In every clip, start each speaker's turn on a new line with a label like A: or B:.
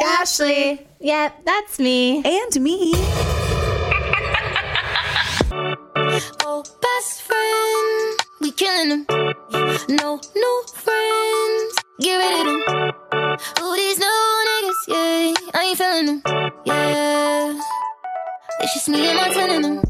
A: Ashley. Yep, that's me.
B: And me.
C: Oh, best friend, we killing them. No new friends, get rid of them. Who these new niggas? Yeah, I ain't feeling them. Yeah, it's just me and I'm telling them.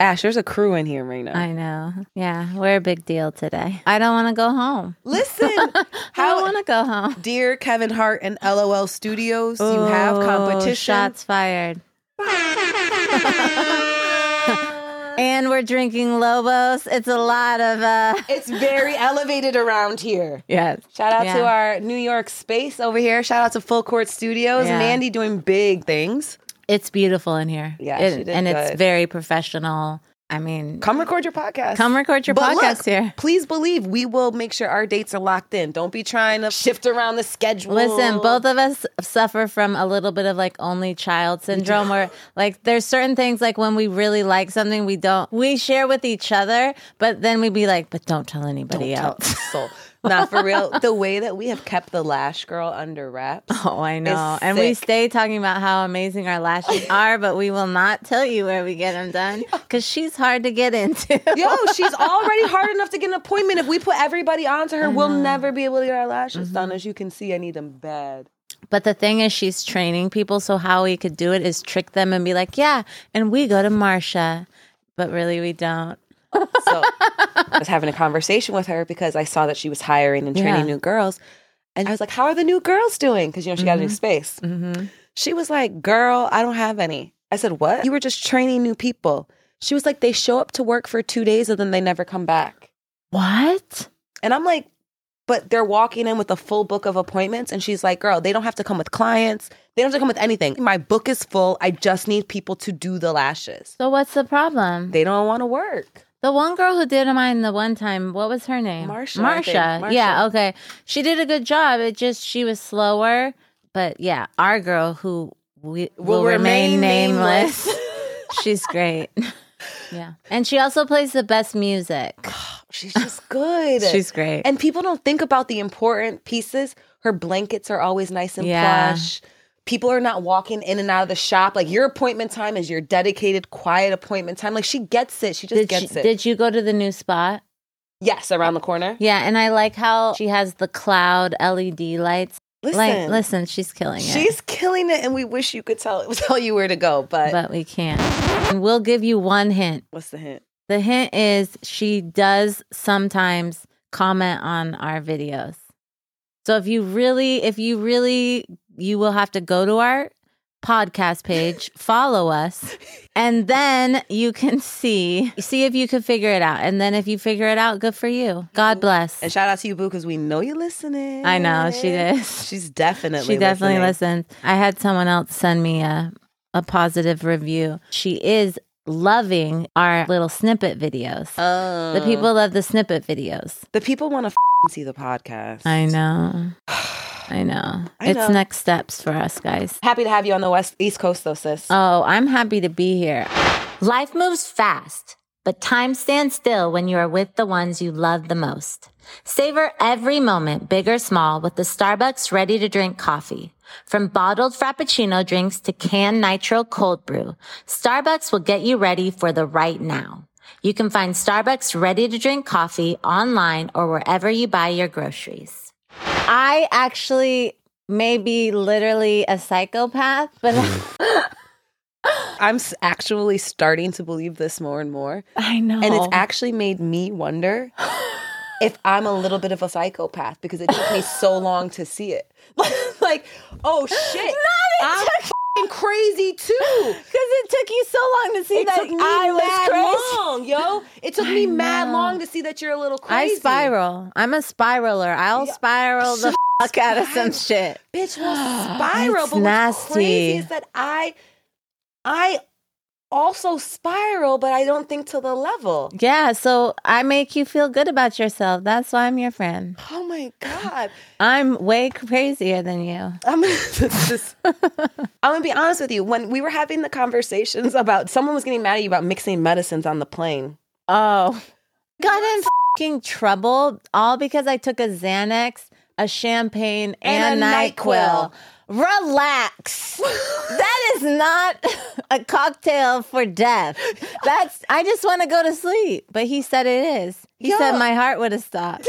D: Ash, there's a crew in here right now.
A: I know. Yeah, we're a big deal today. I don't want to go home.
B: Listen,
A: I don't
B: how
A: want to go home.
B: dear Kevin Hart and LOL Studios, you have
A: Ooh,
B: competition.
A: Oh, Shots fired. and we're drinking Lobos. It's a lot of uh
B: It's very elevated around here.
A: yes.
B: Shout out to
A: Yeah.
B: our New York space over here. Shout out to Full Court Studios.
A: Yeah.
B: Mandy doing big things.
A: It's beautiful in here.
B: Yeah,
A: It-
B: she did
A: and it's
B: good.
A: very professional. I mean,
B: Come record your podcast.
A: come record your
B: But
A: podcast
B: look,
A: here.
B: Please believe we will make sure our dates are locked in. Don't be trying to shift around the schedule.
A: Listen, both of us suffer from a little bit of like only child syndrome where like there's certain things like when we really like something we don't we share with each other, but then we be like, but don't tell anybody
B: Tell
A: else.
B: soul. Not for real. The way that we have kept the lash girl under wraps.
A: Oh, I know. And we
B: sick.
A: stay talking about how amazing our lashes are, but we will not tell you where we get them done because she's hard to get into.
B: Yo, she's already hard enough to get an appointment. If we put everybody onto her, we'll never be able to get our lashes done. As you can see, I need them bad.
A: But the thing is, she's training people. So how we could do it is trick them and be like, yeah, and we go to Marsha. But really, we don't.
B: So I was having a conversation with her because I saw that she was hiring and training
A: Yeah.
B: new girls. And I was like, How are the new girls doing? Because, you know, she got a new space. She was like, Girl, I don't have any. I said, What? You were just training new people. She was like, They show up to work for two days and then they never come back.
A: What?
B: And I'm like, But they're walking in with a full book of appointments. And she's like, Girl, they don't have to come with clients. They don't have to come with anything. My book is full. I just need people to do the lashes.
A: So what's the problem?
B: They don't want to work.
A: The one girl who did mine the one time, what was her name?
B: Marsha, I think.
A: Marsha.
B: Marsha.
A: Yeah, okay. She did a good job. It just she was slower. But yeah, our girl who we, will, remain, nameless. She's great. yeah. And she also plays the best music.
B: She's just good.
A: She's great.
B: And people don't think about the important pieces. Her blankets are always nice and
A: Yeah.
B: plush. People are not walking in and out of the shop. Like your appointment time is your dedicated, quiet appointment time. Like she gets it. She just
A: did you,
B: gets it.
A: did you go to the new spot?
B: yes, around the corner.
A: Yeah, and I like how she has the cloud LED lights.
B: Listen,
A: like listen, she's killing it.
B: she's killing it, and we wish you could tell tell you where to go. But,
A: but we can't. And we'll give you one hint.
B: what's the hint?
A: The hint is she does sometimes comment on our videos. So if you really, if you really, you will have to go to our podcast page, follow us, and then you can see, see if you can figure it out. And then if you figure it out, good for you. God bless.
B: And shout out to you, Boo, because we know you're listening.
A: I know she is.
B: She's definitely
A: She definitely
B: listening.
A: listens. I had someone else send me a, a positive review. She is loving our little snippet videos.
B: Oh.
A: The people love the snippet videos.
B: the people want to f- see the podcast.
A: I know. I know.
B: I
A: it's
B: know.
A: next steps for us, guys.
B: Happy to have you on the west east coast, though, sis.
A: Oh, I'm happy to be here.
E: Life moves fast, but time stands still when you are with the ones you love the most. Savor every moment, big or small, with the Starbucks ready to drink coffee. From bottled Frappuccino drinks to canned nitro cold brew, Starbucks will get you ready for the right now. You can find Starbucks ready to drink coffee online or wherever you buy your groceries.
A: I actually may be literally a psychopath, but
B: I'm s- actually starting to believe this more and more.
A: I know.
B: And it's actually made me wonder if I'm a little bit of a psychopath because it took me so long to see it. like, oh shit. I'm fing crazy too.
A: because it took you so long to see
B: It
A: that
B: took me
A: I was
B: mad
A: crazy.
B: long, yo. It took me mad
A: know.
B: long to see that you're a little crazy.
A: I spiral. I'm a spiraler. I'll
B: Yeah.
A: spiral the fuck out of some shit.
B: Bitch will spiral.
A: It's
B: but what's
A: nasty.
B: crazy is that I I also spiral, but I don't think to the level.
A: Yeah, so I make you feel good about yourself. That's why I'm your friend.
B: Oh my god.
A: I'm way crazier than you.
B: I'm gonna, this is- I'm gonna be honest with you. When we were having the conversations about someone was getting mad at you about mixing medicines on the plane.
A: Oh. Got in fucking trouble all because I took a Xanax, a champagne, and,
B: And a
A: NyQuil.
B: NyQuil.
A: Relax. that is not a cocktail for death. That's I just want to go to sleep. But he said it is. He said my heart would have stopped.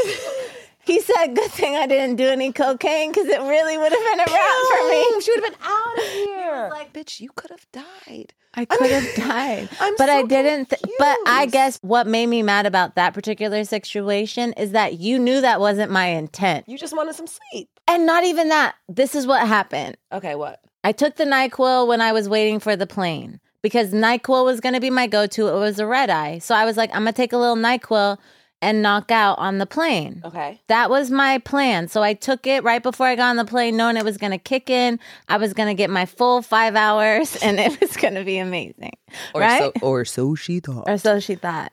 A: He said, "Good thing I didn't do any cocaine, because it really would have been a wrap for me."
B: she would have been out of here. Like, bitch, you could have died.
A: I could have died.
B: I'm
A: but I
B: so
A: didn't. Th- but I
B: confused.
A: guess what made me mad about that particular situation is that you knew that wasn't my intent.
B: You just wanted some sleep.
A: And not even that. This is what happened.
B: Okay, what?
A: I took the NyQuil when I was waiting for the plane because NyQuil was going to be my go to. It was a red eye. So I was like, I'm going to take a little NyQuil and knock out on the plane.
B: Okay.
A: That was my plan. So I took it right before I got on the plane, knowing it was going to kick in. I was going to get my full five hours and it was going to be amazing. right?
B: or so she thought.
A: or so she thought.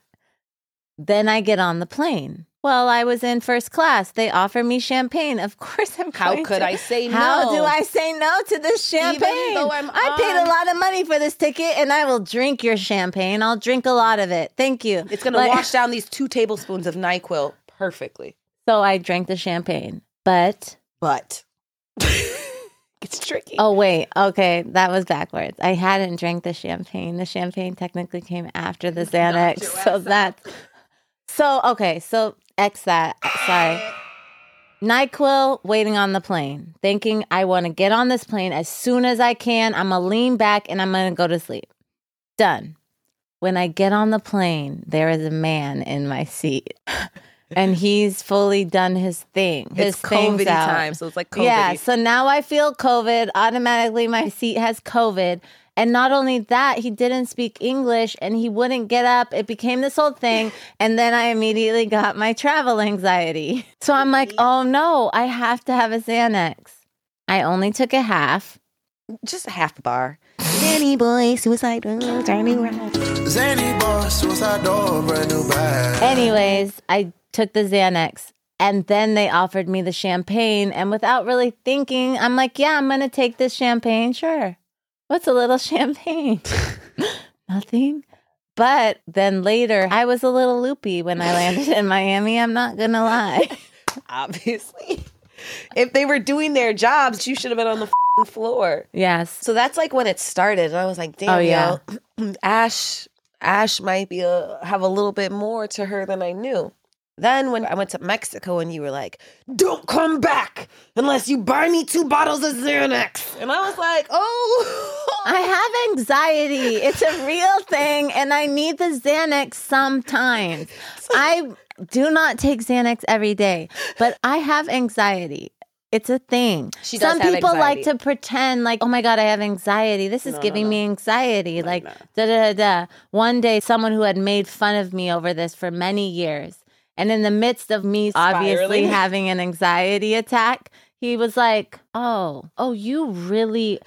A: Then I get on the plane. Well, I was in first class. They offer me champagne. Of course, I'm.
B: How
A: going
B: could
A: to-
B: I say
A: How
B: no?
A: do I say no to this champagne?
B: though I'm
A: I paid
B: on-
A: a lot of money for this ticket, and I will drink your champagne. I'll drink a lot of it. Thank you.
B: It's gonna
A: Like-
B: wash down these two tablespoons of Nyquil perfectly.
A: So I drank the champagne, but
B: But it's tricky.
A: oh wait, okay, that was backwards. I hadn't drank the champagne. The champagne technically came after the Xanax, so that's So okay, so X that. Sorry. NyQuil waiting on the plane, thinking I want to get on this plane as soon as I can. I'm going to lean back and I'm going to go to sleep. Done. When I get on the plane, there is a man in my seat and he's fully done his thing. His
B: it's
A: thing's
B: COVID
A: out.
B: time, so it's like COVID.
A: Yeah, so now I feel COVID. Automatically, my seat has COVID. And not only that, he didn't speak English and he wouldn't get up. It became this whole thing. And then I immediately got my travel anxiety. So I'm like, oh no, I have to have a Xanax. I only took a half.
B: Just a half bar.
F: Zany boss, suicide door, brand new bag.
A: Anyways, I took the Xanax and then they offered me the champagne. And without really thinking, I'm like, yeah, I'm going to take this champagne. Sure. What's a little champagne? Nothing. But then later, I was a little loopy when I landed in Miami. I'm not going to lie.
B: Obviously, if they were doing their jobs, you should have been on the fing floor.
A: Yes.
B: So that's like when it started, and I was like, "Damn,
A: Oh, yeah.
B: yo, Ash, Ash might be a, have a little bit more to her than I knew." Then when I went to Mexico, and you were like, "Don't come back unless you buy me two bottles of Xanax," and I was like, "Oh,
A: I have anxiety. It's a real thing, and I need the Xanax sometimes. I do not take Xanax every day, but I have anxiety. It's a thing.
B: She does
A: Some
B: have
A: people like
B: anxiety.
A: to pretend like, oh my God, I have anxiety. This is giving me anxiety. like, da da da da. One day, someone who had made fun of me over this for many years, and in the midst of me obviously
B: Spiraling.
A: having an anxiety attack, he was like, oh, oh, you really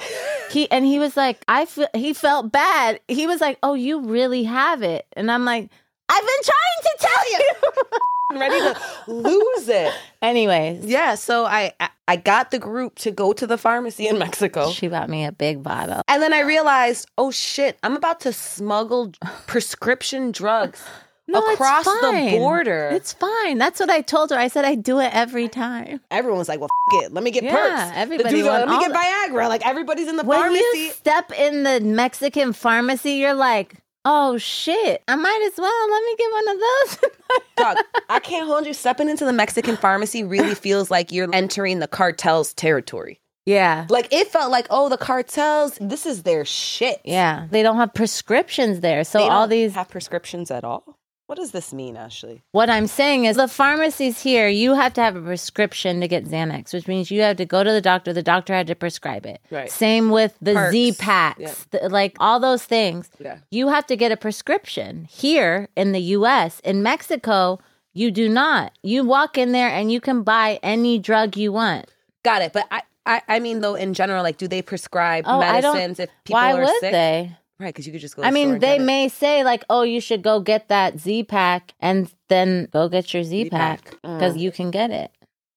A: he and he was like, I feel he felt bad. He was like, "Oh, you really have it," and I'm like, "I've been trying to tell you."
B: I'm ready to lose it."
A: Anyways,
B: Yeah, so I I- I got the group to go to the pharmacy in Mexico.
A: she bought me a big bottle.
B: And then I realized, oh shit, I'm about to smuggle prescription drugs
A: No, it's
B: across the
A: fine.
B: border.
A: It's fine. That's what I told her. I said I do it every time.
B: Everyone was like, well, f- it, let me get
A: Yeah,
B: perks.
A: everybody
B: Dude,
A: want
B: let me
A: all
B: get Viagra. Like everybody's in the
A: When
B: pharmacy.
A: you step in the Mexican pharmacy, you're like, "Oh shit, I might as well let me get one of those."
B: Dog, I can't hold you. Stepping into the Mexican pharmacy really feels like you're entering the cartel's territory.
A: yeah.
B: Like it felt like, oh, the cartels, this is their shit.
A: Yeah, they don't have prescriptions there. So
B: They
A: all
B: don't
A: these
B: have prescriptions at all. What does this mean, Ashley?
A: What I'm saying is, the pharmacies here, you have to have a prescription to get Xanax, which means you have to go to the doctor. The doctor had to prescribe it.
B: Right.
A: Same with the
B: Perks.
A: Z packs, the- like all those things.
B: Yeah.
A: You have to get a prescription here in the US. In Mexico, you do not. You walk in there and you can buy any drug you want.
B: Got it. But I, I, I mean, though, in general, like, do they prescribe
A: Oh, I don't.
B: medicines if people
A: why
B: are
A: would
B: sick?
A: they?
B: Right, because you could just go. To
A: I
B: the store
A: mean,
B: and
A: they
B: get it.
A: may say like, "Oh, you should go get that Z pack and then go get your Z pack because you can get it."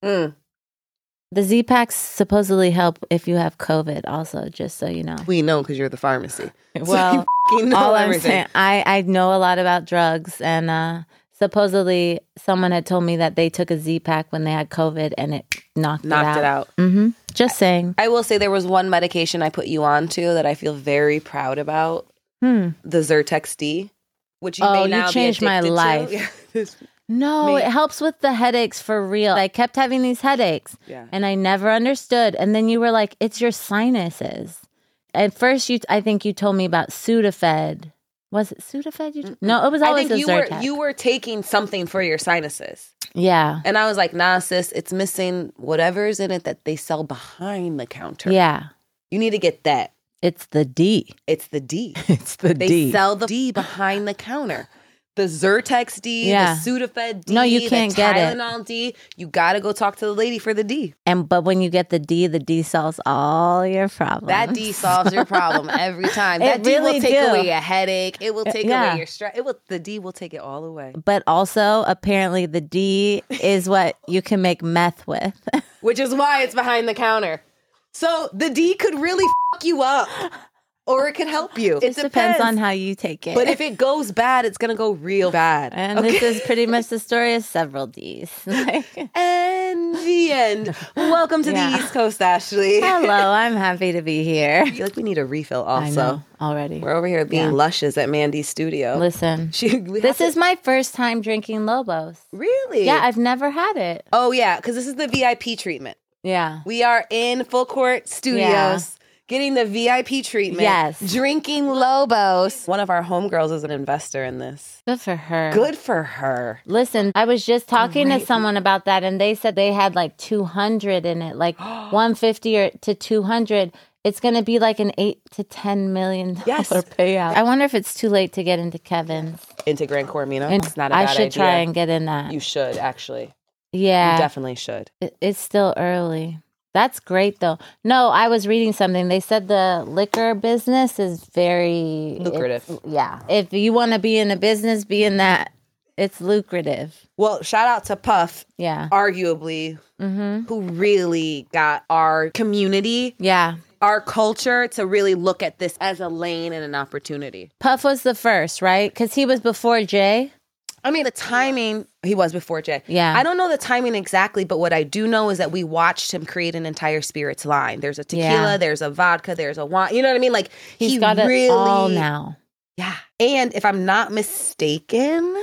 B: Mm.
A: The Z packs supposedly help if you have COVID, also, just so you know.
B: We know because you're the pharmacy.
A: Well,
B: You know
A: all I'm
B: everything.
A: saying, I, I know a lot about drugs, and uh, supposedly someone had told me that they took a Z pack when they had COVID and it knocked,
B: Knocked
A: it
B: it
A: out.
B: out.
A: hmm Just saying.
B: I will say there was one medication I put you on to that I feel very proud about
A: Hmm.
B: the Zyrtex D, which you
A: Oh,
B: may
A: you
B: now be
A: changed my
B: addicted to.
A: life.
B: Yeah, this-
A: No,
B: Me-
A: it helps with the headaches for real. I kept having these headaches
B: yeah.
A: and I never understood. And then you were like, it's your sinuses. At first, you I think you told me about Sudafed. Was it Sudafed? You no, it was
B: I
A: always
B: think you
A: a
B: were
A: Zyrtec.
B: you were taking something for your sinuses,
A: yeah,
B: and I was like, "Nah, sis, it's missing whatever's in it that they sell behind the counter.
A: yeah.
B: you need to get that.
A: It's the D.
B: It's the D.
A: It's the
B: They sell the D behind the counter. The Zyrtex D,
A: Yeah.
B: the Sudafed D,
A: No, you
B: the
A: can't get it.
B: Tylenol D. You gotta go talk to the lady for the D.
A: And but when you get the D, the D solves all your problems.
B: That D solves your problem every time.
A: It
B: That D
A: really
B: will take
A: do.
B: away a headache. It will take
A: yeah.
B: away your stress. It will. The D will take it all away,
A: But also, apparently, the D is what you can make meth with.
B: which is why it's behind the counter. So the D could really fuck you up, or it could help you.
A: It depends on how you take it.
B: But if it goes bad, it's gonna go real bad.
A: and
B: Okay?
A: this is pretty much the story of several D's. Like,
B: and the end. Welcome to
A: Yeah.
B: the East Coast, Ashley.
A: hello, I'm happy to be here.
B: I feel like we need a refill.
A: I
B: Also,
A: know already.
B: we're over here being lushes at Mandy's studio.
A: Listen,
B: She- we
A: this
B: have
A: is my first time drinking Lobos.
B: to- really
A: Yeah, I've never had it.
B: oh yeah, because this is the VIP treatment.
A: Yeah.
B: We are in Full Court Studios.
A: Yeah.
B: Getting the VIP treatment.
A: Yes.
B: Drinking Lobos. One of our homegirls is an investor in this.
A: Good for her.
B: Good for her.
A: Listen, I was just talking to someone about that, and they said they had like 200 in it, like 150 or to 200. It's going to be like an eight to 10 million dollar
B: Yes.
A: payout. I wonder if it's too late to get into Kevin's.
B: Into Grand Cormino.
A: And
B: it's not a
A: I
B: bad
A: should
B: idea.
A: try and get in that.
B: you should, actually. You
A: yeah,
B: definitely should.
A: it- it's still early. That's great though. No, I was reading something. They said the liquor business is very
B: Lucrative.
A: it's- Yeah, if you want to be in a business, be in that. It's lucrative.
B: Well, shout out to Puff,
A: Yeah.
B: arguably,
A: Mm-hmm.
B: who really got our community
A: Yeah.
B: our culture to really look at this as a lane and an opportunity.
A: Puff was the first, right? Because he was before Jay.
B: I mean, the timing, he was before Jay.
A: Yeah.
B: I don't know the timing exactly, but what I do know is that we watched him create an entire spirits line. There's a tequila,
A: Yeah.
B: there's a vodka, there's a wine. You know what I mean? Like,
A: He's
B: he
A: got
B: really,
A: it all now.
B: Yeah. And if I'm not mistaken,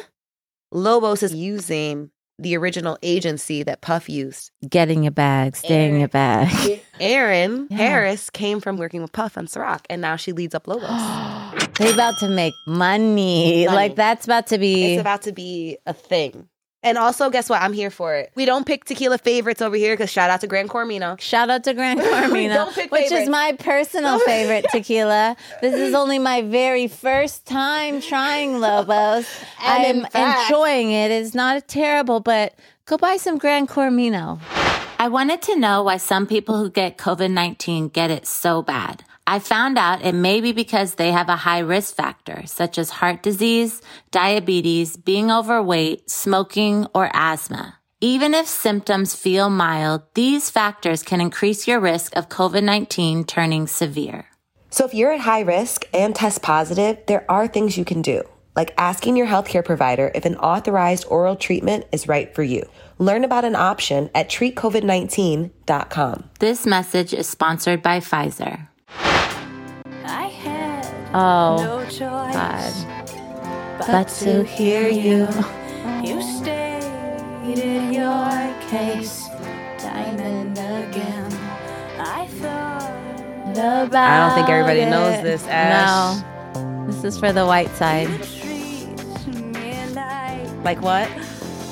B: Lobos is using the original agency that Puff used.
A: Getting your bag, staying your bag.
B: Erin
A: Yeah.
B: Harris came from working with Puff on Ciroc, and now she leads up Lobos.
A: they about to make money.
B: Money.
A: Like that's about to be.
B: It's about to be a thing. And also, guess what? I'm here for it. We don't pick tequila favorites over here because shout out to Gran Cormino.
A: Shout out to Grand Carmina,
B: Don't pick
A: which is
B: favorites.
A: my personal favorite tequila. This is only my very first time trying Lobos.
B: And in
A: I'm
B: fact-
A: enjoying it. It's not terrible, but go buy some Grand Cormino.
G: I wanted to know why some people who get COVID 19 get it so bad. I found out it may be because they have a high risk factor, such as heart disease, diabetes, being overweight, smoking, or asthma. Even if symptoms feel mild, these factors can increase your risk of COVID 19 turning severe.
H: So, if you're at high risk and test positive, there are things you can do, like asking your healthcare provider if an authorized oral treatment is right for you. Learn about an option at treatcovid19.com.
G: This message is sponsored by Pfizer.
A: Oh, God. But, to hear you, you stayed in your case time and again. I thought about
B: I don't think everybody knows this, Ash.
A: No. This is for the white side.
B: Like what?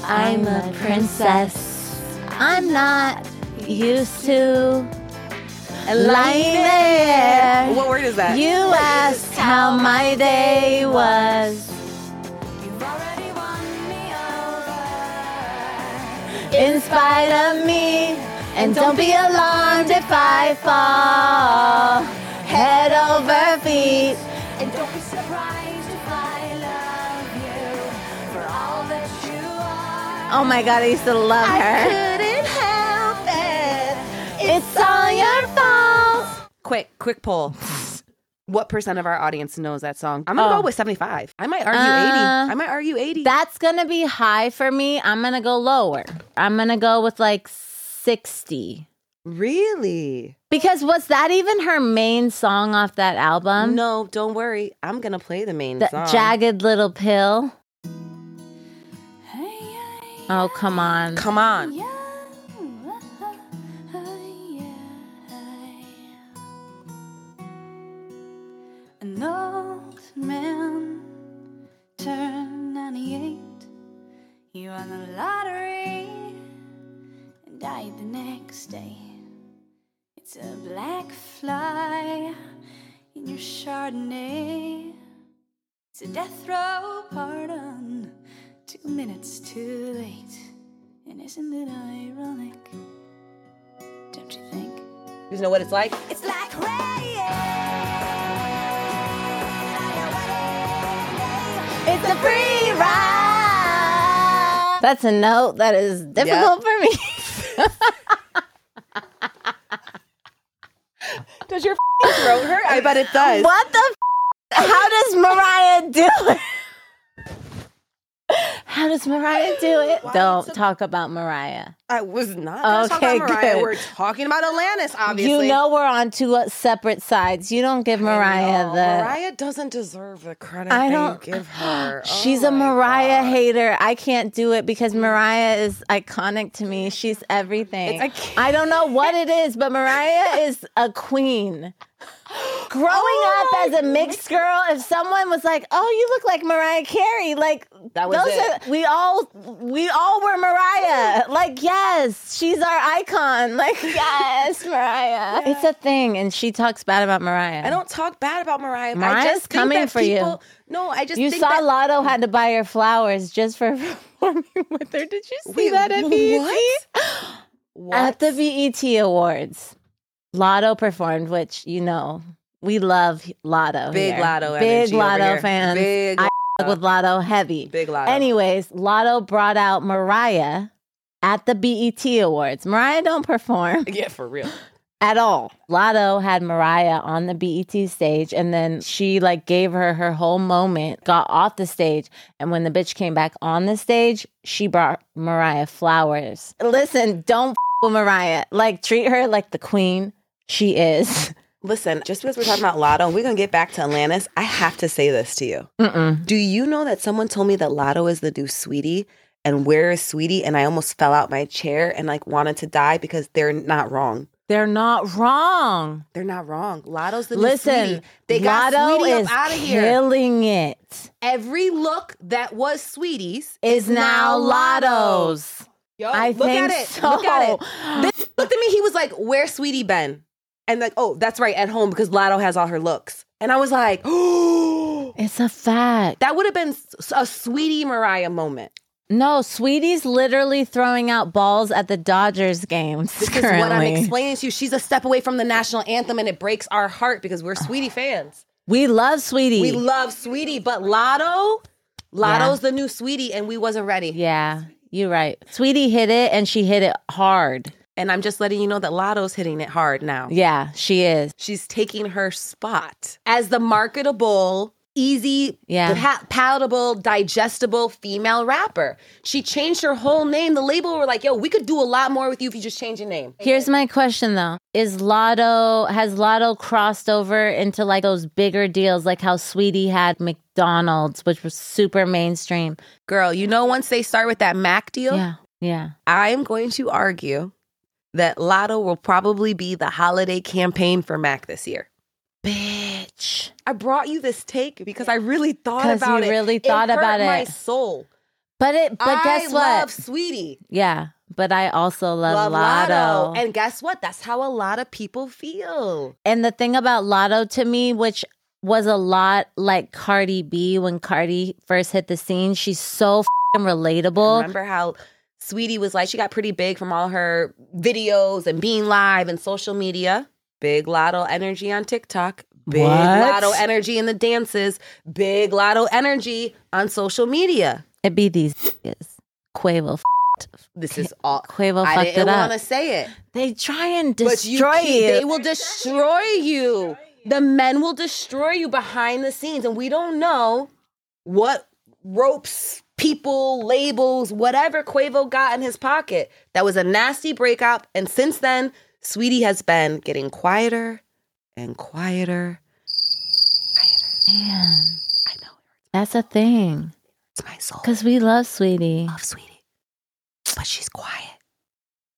A: I'm a princess. I'm not used to lying there.
B: What word is that?
A: You asked how my day was. In spite of me, and don't be alarmed if I fall head over feet. Oh my god, I used to love her. It's all your fault.
B: Quick, quick poll. What percent of our audience knows that song? I'm gonna
I: Oh.
B: go with 75. I might argue
I: Uh,
B: 80. I might argue 80.
I: That's gonna be high for me. I'm gonna go lower. I'm gonna go with like 60.
B: really?
I: Because was that even her main song off that
A: Um,
I: album?
B: no, don't worry. I'm gonna play the main
I: The
B: song.
I: Jagged Little Pill. Oh, come on.
B: Come on.
J: An old man turned 98. He won the lottery and died the next day. It's a black fly in your Chardonnay. It's a death row pardon, two minutes too late. And isn't it ironic? Don't you think?
K: You know what it's like?
J: It's like rain.
I: It's a free ride. That's a note that is difficult for me.
K: Does your throat hurt? I bet it does.
I: What the? F- how does Mariah do it? How does Mariah do it? Don't talk about Mariah.
B: I was not gonna talk
I: Okay,
B: about Mariah.
I: good.
B: We're talking about Alanis, obviously.
I: You know we're on two uh, separate sides. You don't give Mariah
B: No,
I: the.
B: Mariah doesn't deserve the credit
I: I
B: I
I: don't-
B: don't, you give her. Oh
I: She's a
B: my
I: Mariah
B: God.
I: hater. I can't do it because Mariah is iconic to me. She's everything.
B: I can't-
I: I don't know what it is, but Mariah is a queen. Growing up as a mixed girl, if someone was like, "Oh, you look like Mariah Carey," like that
K: was it.
I: Are, we all we all were Mariah. Like, yes, she's our icon. Like, yes, Mariah. It's a thing, and she talks bad about Mariah.
B: I don't talk bad about Mariah. but I
I: Mariah's
B: just think
I: coming
B: that
I: for you.
B: people, you. No, I just
I: You
B: think
I: saw
B: that,
I: Lotto had to buy her flowers just for performing with her. Did you see
B: Wait,
I: that at BET?
B: what? What?
I: At the BET Awards, Lotto performed, which you know we love Lotto.
B: Big
I: here.
B: Lotto
I: big
B: energy over
I: Lotto
B: here.
I: fans.
B: Big
I: I fuck with Lotto heavy.
B: Big Lotto.
I: Anyways, Lotto brought out Mariah at the BET Awards. Mariah don't perform
B: yeah, for real.
I: at all. Lotto had Mariah on the BET stage and then she like gave her her whole moment, got off the stage. And when the bitch came back on the stage, she brought Mariah flowers. Listen, don't f- with Mariah. Like treat her like the queen she is.
K: Listen, just because we're talking about Lotto, we're gonna get back to Alanis. I have to say this to you.
I: Mm-mm.
K: Do you know that someone told me that Lotto is the new Sweetie? And where is Sweetie? And I almost fell out my chair and like wanted to die because they're not wrong.
I: They're not wrong.
B: They're not wrong. Lotto's the new
I: Listen,
B: Sweetie. They got
I: Lotto
B: Sweetie
I: is
B: up out of here.
I: killing it.
B: Every look that was Sweetie's
I: Is now
B: Lotto's.
I: Lotto's.
B: Yo,
I: I
B: look at
I: think
B: it. Look at
I: so.
B: it. This looked at me. He was like, "Where's Sweetie been?" And like, "Oh, that's right, at home because Lotto has all her looks." And I was like, "Oh,
I: It's a fact.
B: that would have been s- a Sweetie Mariah moment."
I: No, Oh, Sweetie's literally throwing out balls at the Dodgers games.
B: This
I: currently.
B: is what I'm explaining to you. She's a step away from the national anthem, and it breaks our heart because we're Sweetie fans.
I: We love Sweetie.
B: We love Sweetie, but Lotto, Lotto's the new Sweetie, and we wasn't ready.
I: yeah, you're right. Sweetie hit it and she hit it hard.
B: And I'm just letting you know that Lotto's hitting it hard now.
I: Yeah, she is.
B: She's taking her spot as the marketable, easy,
I: Yeah.
B: pa- palatable, digestible female rapper. She changed her whole name. The label were like, yo, we could do a lot more with you if you just change your name.
I: Here's my question though. Is Lotto has Lotto crossed over into like those bigger deals like how Sweetie had McDonald's, which was super mainstream.
B: Girl, you know, once they start with that Mac deal,
I: Yeah. Yeah.
B: I'm going to argue that Lotto will probably be the holiday campaign for Mac this year.
I: Bitch.
B: I brought you this take because I really thought
I: 'Cause
B: about
I: you
B: it.
I: really
B: It
I: thought
B: hurt
I: about it.
B: My soul.
I: But it but
B: I
I: guess what?
B: love Sweetie.
I: yeah. But I also love,
B: love Lotto.
I: Lotto.
B: And guess what? That's how a lot of people feel.
I: And the thing about Lotto to me, which was a lot like Cardi B when Cardi first hit the scene, she's so fing relatable.
B: Remember how Sweetie was like, she got pretty big from all her videos and being live and social media. Big Lotto energy on TikTok. Big
I: What?
B: Lotto energy in the dances. Big Lotto energy on social media.
I: It'd be these niggas. Quavo, f-
B: This is all.
I: Quavo
B: I
I: fucked
B: didn't
I: it up.
B: want to say it,
I: they try and
B: but you,
I: destroy
B: keep-
I: you.
B: they will destroy you. The men will destroy you behind the scenes, and we don't know what ropes, people, labels, whatever Quavo got in his pocket. That was a nasty breakup, and since then, Sweetie has been getting quieter and quieter.
I: Damn.
B: I know
I: That's a thing.
B: it's my soul.
I: Because we love Sweetie.
B: love Sweetie, but she's quiet.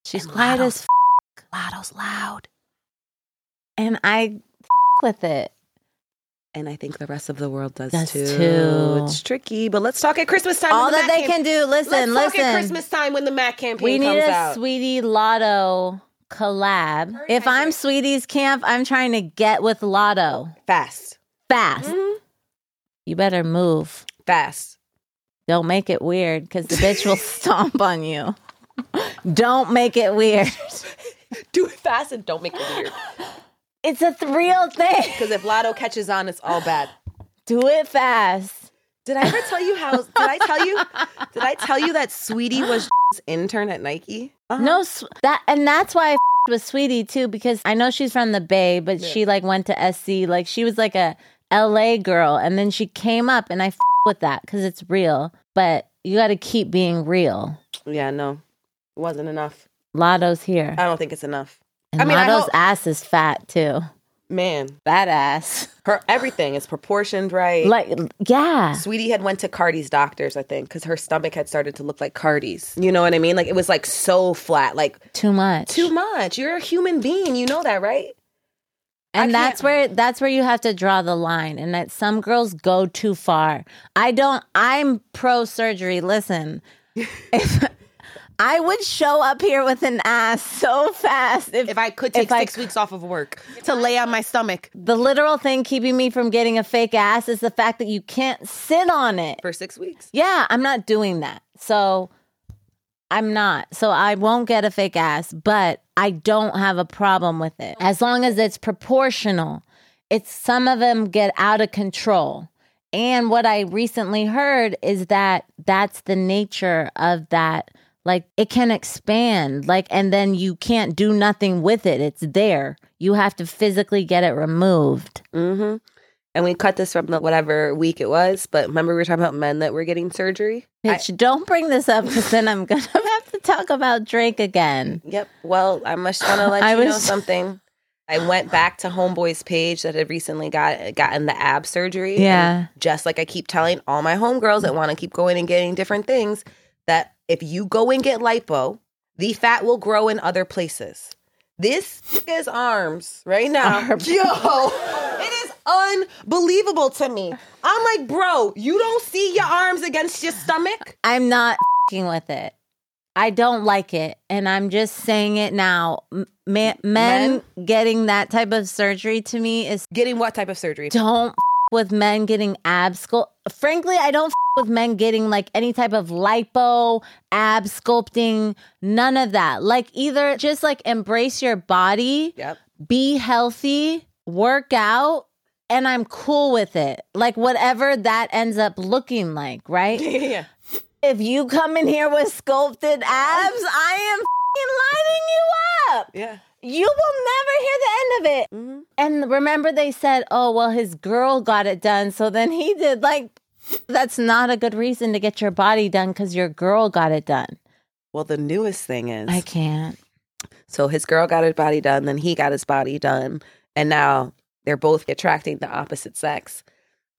I: She's
B: and
I: quiet
B: Lotto's
I: as f-
B: Lotto's loud,
I: and I f- with it.
B: and I think the rest of the world does
I: Does
B: too.
I: too.
B: It's tricky, but let's talk at Christmas time.
I: All
B: when the
I: that
B: Mac
I: they
B: cam-
I: can do. Listen,
B: let's talk at
I: listen.
B: Christmas time when the Mac campaign
I: We need
B: comes
I: a
B: out.
I: Sweetie Lotto collab. If I'm Sweetie's camp, I'm trying to get with Lotto
B: fast,
I: fast. You better move.
B: fast.
I: Don't make it weird because the bitch will stomp on you. Don't make it weird.
B: Do it fast and don't make it weird.
I: It's a real thing.
B: Because if Lotto catches on, it's all bad.
I: Do it fast.
B: Did I ever tell you how? Did I tell you? Did I tell you that Sweetie was intern at Nike? Uh-huh.
I: No, s- that and that's why I f***ed with Sweetie too because I know she's from the Bay, but she like went to SC. Like she was like a LA girl, and then she came up, and I f- with that because it's real. But you got to keep being real.
B: Yeah, no, it wasn't enough.
I: Lotto's here,
B: I don't think it's enough.
I: and
B: I mean, I
I: Lotto's
B: hope-
I: ass is fat too.
B: Man,
I: Fat ass.
B: her everything is proportioned right.
I: Like yeah,
B: Sweetie had went to Cardi's doctors, I think, because her stomach had started to look like Cardi's. You know what I mean? Like it was like so flat, like
I: too much.
B: too much. You're a human being, you know that, right? I
I: and
B: can't-
I: that's where that's where you have to draw the line and that some girls go too far i don't i'm pro surgery listen if i would show up here with an ass so fast if,
B: If I could take
I: If I
B: six weeks off of work to lay on my stomach
I: the literal thing keeping me from getting a fake ass is the fact that you can't sit on it
B: for six weeks.
I: yeah i'm not doing that so i'm not so i won't get a fake ass but i don't have a problem with it as long as it's proportional it's some of them get out of control and what i recently heard is that that's the nature of that like it can expand like and then you can't do nothing with it it's there you have to physically get it removed
B: Mm-hmm. And we cut this from the whatever week it was, but remember we were talking about men that were getting surgery. I-
I: Bitch, don't bring this up because then I'm gonna have to talk about Drake again.
B: Yep. Well, I must want to let
I: I
B: you know
I: was-
B: something. I went back to Homeboy's page that had recently got gotten the ab surgery.
I: Yeah.
B: And just like I keep telling all my homegirls that want to keep going and getting different things, that if you go and get lipo, the fat will grow in other places. This is arms right now. Yo, it is unbelievable to me. I'm like, bro, you don't see your arms against your stomach?
I: I'm not fing with it. I don't like it, and I'm just saying it now. M- ma- men, getting that type of surgery to me is
B: Getting what type of surgery?
I: don't f- with men getting ab sculpt. Frankly, I don't f- with men getting like any type of lipo, ab sculpting, none of that. Like either just like embrace your body.
B: Yep.
I: be healthy, work out, and I'm cool with it. Like whatever that ends up looking like, right?
B: yeah.
I: if you come in here with sculpted abs, I am fing lining you up.
B: Yeah.
I: You will never hear the end of it. And remember, they said, oh, well, his girl got it done. So then he did. Like, that's not a good reason to get your body done because your girl got it done.
B: Well, the newest thing is
I: I can't.
B: So his girl got her body done, then he got his body done, and now they're both attracting the opposite sex.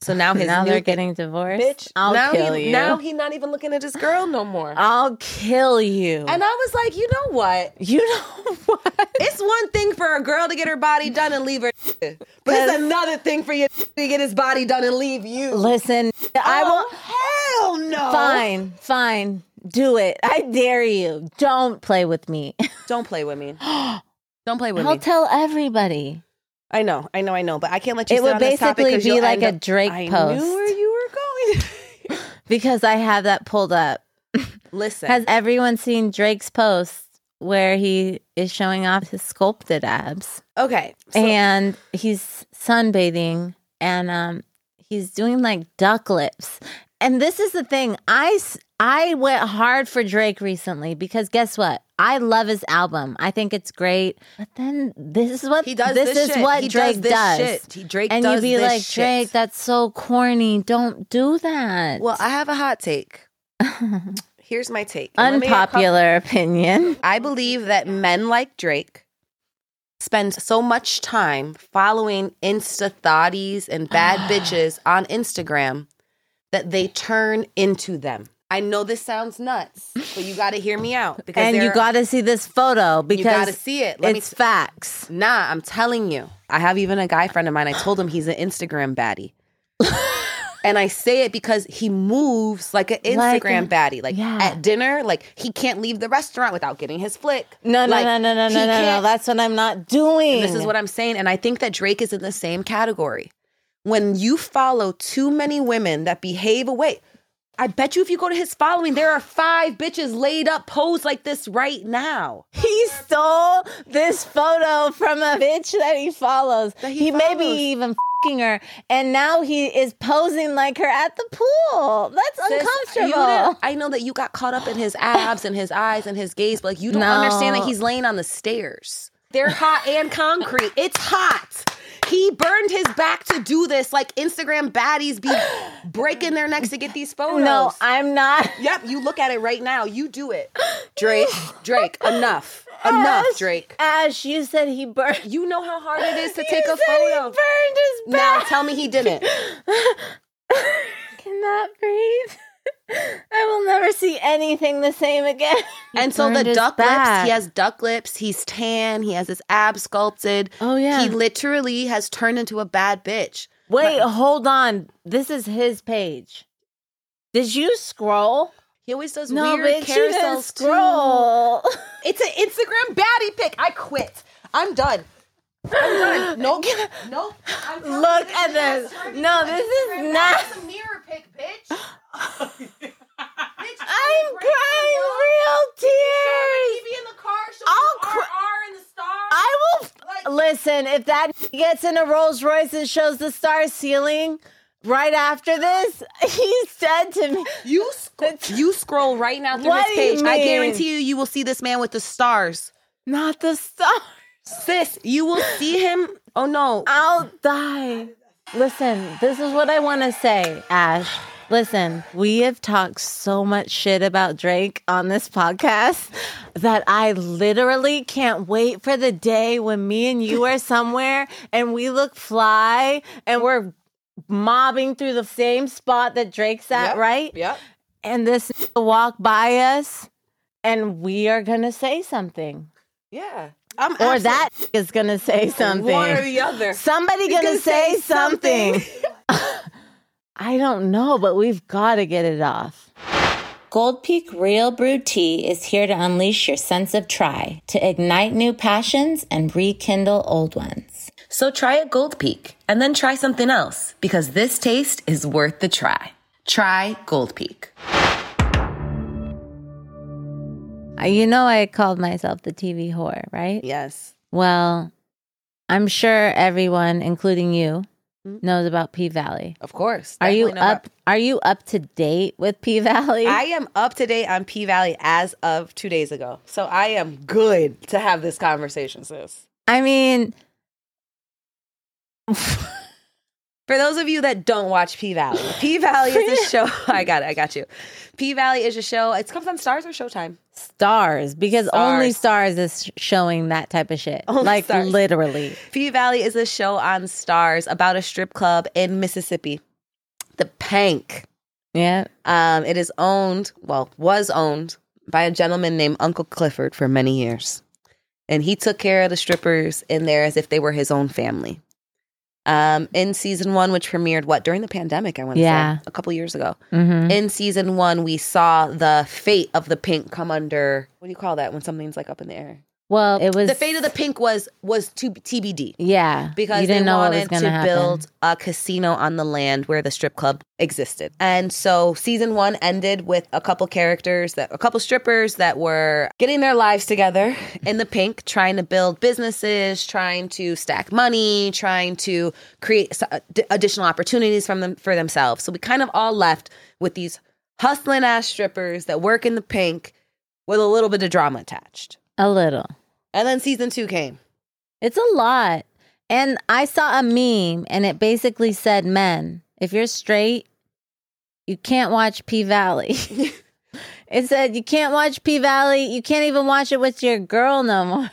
B: So now his
I: now
B: new-
I: they're getting divorced.
B: bitch.
I: I'll
B: now
I: kill
B: he,
I: you.
B: Now he's not even looking at his girl no more.
I: I'll kill you.
B: and I was like, you know what?
I: You know what?
B: It's one thing for a girl to get her body done and leave her, but it's another thing for you to get his body done and leave you.
I: Listen, I
B: Oh,
I: will.
B: Hell
I: Oh.
B: no!
I: Fine, fine. Do it. I dare you. Don't play with me.
B: Don't play with me. Don't play with
I: I'll
B: me.
I: tell everybody.
B: I know, I know, I know, but I can't let you.
I: It
B: sit
I: would
B: on this topic
I: basically
B: 'cause
I: be
B: you'll
I: like
B: end
I: a
B: up-
I: Drake
B: I
I: post.
B: knew where you were going.
I: Because I have that pulled up.
B: Listen,
I: Has everyone seen Drake's post where he is showing off his sculpted abs
B: okay, so-
I: and he's sunbathing and um he's doing like duck lips. And this is the thing. I s- I went hard for Drake recently because guess what? I love his album. I think it's great. But then this is what
B: He does
I: this, is
B: shit.
I: what
B: He
I: Drake does.
B: this Shit. He, Drake
I: and
B: does
I: you'd be
B: this
I: like,
B: shit.
I: Drake, that's so corny. Don't do that.
B: Well, I have a hot take. Here's my take. And let me-
I: Unpopular opinion.
B: I believe that men like Drake spend so much time following Insta thotties and bad bitches on Instagram that they turn into them. I know this sounds nuts, but you got to hear me out because
I: And you
B: there-
I: got to see this photo
B: you got
I: because
B: to see it. Let me
I: it's facts.
B: Nah, I'm telling you. I have even a guy friend of mine. I told him he's an Instagram baddie. and I say it because he moves like an
I: Like
B: Instagram
I: a-
B: baddie. Like
I: yeah.
B: at dinner, like he can't leave the restaurant without getting his flick.
I: No, no,
B: Like,
I: no, no, no,
B: he
I: no, no, no.
B: can't-
I: That's what I'm not doing.
B: and this is what I'm saying. And I think that Drake is in the same category. When you follow too many women that behave away, I bet you if you go to his following, there are five bitches laid up posed like this right now.
I: He stole this photo from a bitch that he follows. he
B: he
I: maybe
B: follows.
I: even fing her, and now he is posing like her at the pool. That's
B: Sis, you
I: uncomfortable.
B: didn't- I know that you got caught up in his abs and his eyes and his gaze, but like you don't
I: No.
B: understand that he's laying on the stairs. They're hot and concrete. It's hot. He burned his back to do this. Like Instagram baddies be breaking their necks to get these photos.
I: No, I'm not.
B: Yep, you look at it right now. You do it. Drake, Drake, enough. Enough,
I: Ash,
B: Drake.
I: Ash, you said he burned.
B: You know how hard it is to
I: You
B: take a
I: said he
B: photo.
I: burned his
B: Now
I: back.
B: tell me he didn't.
I: I cannot breathe. I will never see anything the same again.
B: and so the
I: burned his
B: duck
I: back.
B: lips, he has duck lips, he's tan, he has his abs sculpted.
I: Oh, yeah.
B: He literally has turned into a bad bitch.
I: Wait, hold on. This is his page. Did you scroll?
B: He always does
I: No,
B: weird
I: bitch, you didn't
B: carousels too.
I: scroll.
B: It's an Instagram baddie pic. I quit. I'm done. I'm done. Nope. nope. I'm telling you,
I: Look
B: this
I: at
B: is
I: this.
B: an Instagram
I: No,
B: pic.
I: this is
B: Instagram
I: not.
B: baddie. It's a mirror pic, bitch. bitch
I: I'm crying real tears.
B: in the car. She'll
I: I'll cr-
B: in the stars.
I: I will f- listen if that gets in a Rolls Royce and shows the star ceiling. Right after this, he said to me,
B: You sc- you scroll right now through
I: What
B: his
I: do you
B: page. I
I: mean?
B: guarantee you, you will see this man with the stars.
I: "Not the star.
B: Sis, you will see him. Oh no,
I: I'll die." Listen, this is what I want to say, Ash. Listen, we have talked so much shit about Drake on this podcast that I literally can't wait for the day when me and you are somewhere and we look fly and we're mobbing through the same spot that Drake's at, right?
B: Yep.
I: And this will walk by us and we are going to say something.
B: Yeah. I'm
I: Or
B: absolutely-
I: that is going to say something.
B: One or the other.
I: Somebody gonna,
B: gonna
I: say,
B: say
I: something.
B: something.
I: I don't know, but we've got to get it off.
A: Gold Peak Real Brew Tea is here to unleash your sense of try, to ignite new passions and rekindle old ones.
L: So try a Gold Peak and then try something else because this taste is worth the try. Try Gold Peak.
I: Uh, You know, I called myself the TV whore, right?
B: Yes.
I: Well, I'm sure everyone, including you, knows about P Valley.
B: Of course.
I: Are you
B: Mm-hmm. Definitely no
I: up? Are you up to date with P Valley?
B: I am up to date on P Valley as of two days ago. So I am good to have this conversation, sis.
I: I mean,
B: For those of you that don't watch P Valley, P Valley is a show. I got it. I got you. P Valley is a show. It comes on Stars or Showtime.
I: stars because only
B: Stars.
I: stars is sh- showing that type of shit.
B: Only
I: like
B: Stars.
I: literally,
B: P Valley is a show on Stars about a strip club in Mississippi, the Pank.
I: yeah.
B: Um, it is owned, well, was owned by a gentleman named Uncle Clifford for many years. And he took care of the strippers in there as if they were his own family. Um, in season one, which premiered what during the pandemic, I want to
I: Yeah.
B: say a couple years ago.
I: Mm-hmm.
B: In season one, we saw the fate of the pink come under what do you call that when something's like up in the air?
I: Well, it was
B: The fate of the pink was was to TBD
I: Yeah,
B: because
I: you didn't
B: they
I: know what
B: wanted
I: was gonna
B: to
I: happen.
B: build a casino on the land where the strip club existed. And so season one ended with a couple characters that a couple strippers that were getting their lives together in the pink, trying to build businesses, trying to stack money, trying to create s- ad- additional opportunities from them for themselves. So we kind of all left with these hustling ass strippers that work in the pink with a little bit of drama attached.
I: A little.
B: And then season two came.
I: It's a lot. And I saw a meme and it basically said, Men, if you're straight, you can't watch P Valley. it said, You can't watch P Valley. You can't even watch it with your girl no more.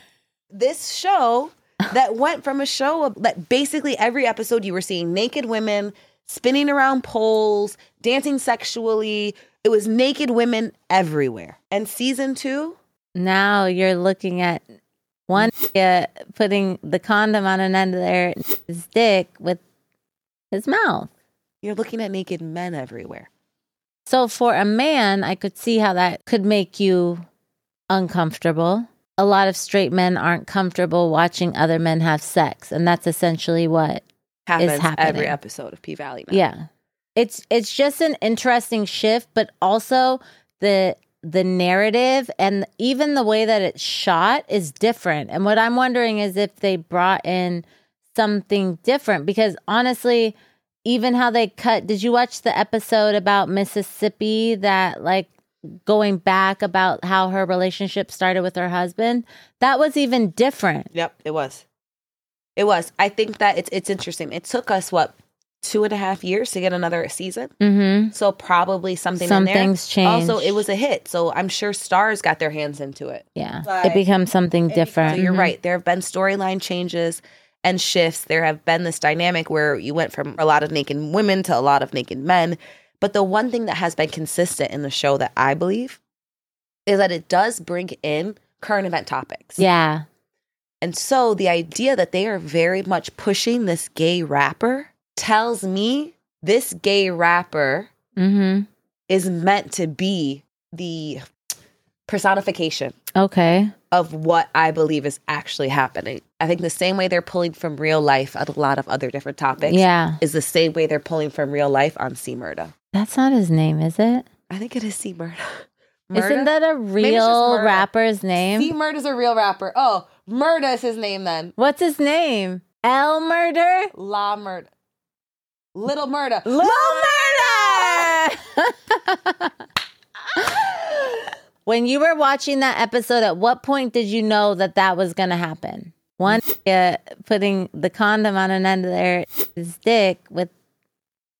B: This show that went from a show of, that basically every episode you were seeing naked women spinning around poles, dancing sexually. It was naked women everywhere. And season two,
I: Now you're looking at one nigga putting the condom on another nigga's dick with his mouth.
B: you're looking at naked men everywhere.
I: So for a man, I could see how that could make you uncomfortable. A lot of straight men aren't comfortable watching other men have sex, and that's essentially what.
B: Happens every
I: happening.
B: episode of P Valley.
I: Yeah. It's it's just an interesting shift, but also the the narrative and even the way that it's shot is different. And what I'm wondering is if they brought in something different because honestly, even how they cut did you watch the episode about Mississippi that like going back about how her relationship started with her husband? That was even different.
B: Yep, it was. It was. I think that it's it's interesting. It took us what two and a half years to get another season.
I: Mhm.
B: So probably something in there.
I: Something's changed.
B: Also, it was a hit, so I'm sure stars got their hands into it.
I: Yeah.
B: Like-
I: it becomes something different.
B: So you're
I: Mhm.
B: right. There have been storyline changes and shifts. There have been this dynamic where you went from a lot of naked women to a lot of naked men. But the one thing that has been consistent in the show that I believe is that it does bring in current event topics.
I: Yeah.
B: And so the idea that they are very much pushing this gay rapper tells me this gay rapper
I: Mm-hmm.
B: is meant to be the personification
I: Okay.
B: of what I believe is actually happening. I think the same way they're pulling from real life on a lot of other different topics
I: Yeah.
B: is the same way they're pulling from real life on C Murda.
I: That's not his name, is it?
B: I think it is C Murda.
I: not that a
B: it's just
I: real
B: Murda.
I: rapper's name?
B: C Murda's a real rapper. Oh, Murda is his name then.
I: What's his name? L Murder?
B: La Murda. Little Murda.
I: Lil Murder! when you were watching that episode, at what point did you know that that was going to happen? One nigga putting the condom on another his dick with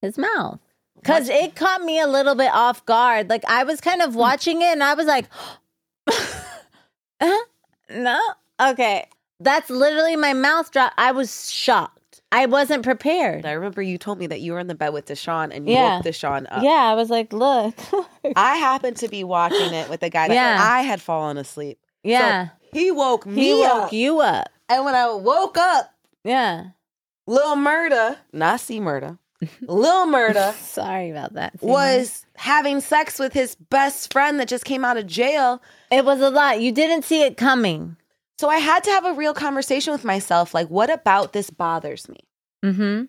I: his mouth. Because it caught me a little bit off guard. Like, I was kind of watching it and I was like, Huh? no? Okay. That's literally my mouth drop. I was shocked. I wasn't prepared.
B: I remember you told me that you were in the bed with Deshaun and you
I: Yeah.
B: woke Deshaun up.
I: Yeah, I was like, look.
B: I happened to be watching it with a guy that
I: Yeah.
B: I had fallen asleep.
I: yeah.
B: He woke me
I: he uh, woke
B: up.
I: you up.
B: And when I woke up,
I: Yeah.
B: Lil Murda, not C Murda, Lil Murda
I: Sorry about that. Seymour.
B: was having sex with his best friend that just came out of jail.
I: it was a lot. You didn't see it coming.
B: So I had to have a real conversation with myself like, what about this bothers me?
I: Mm-hmm.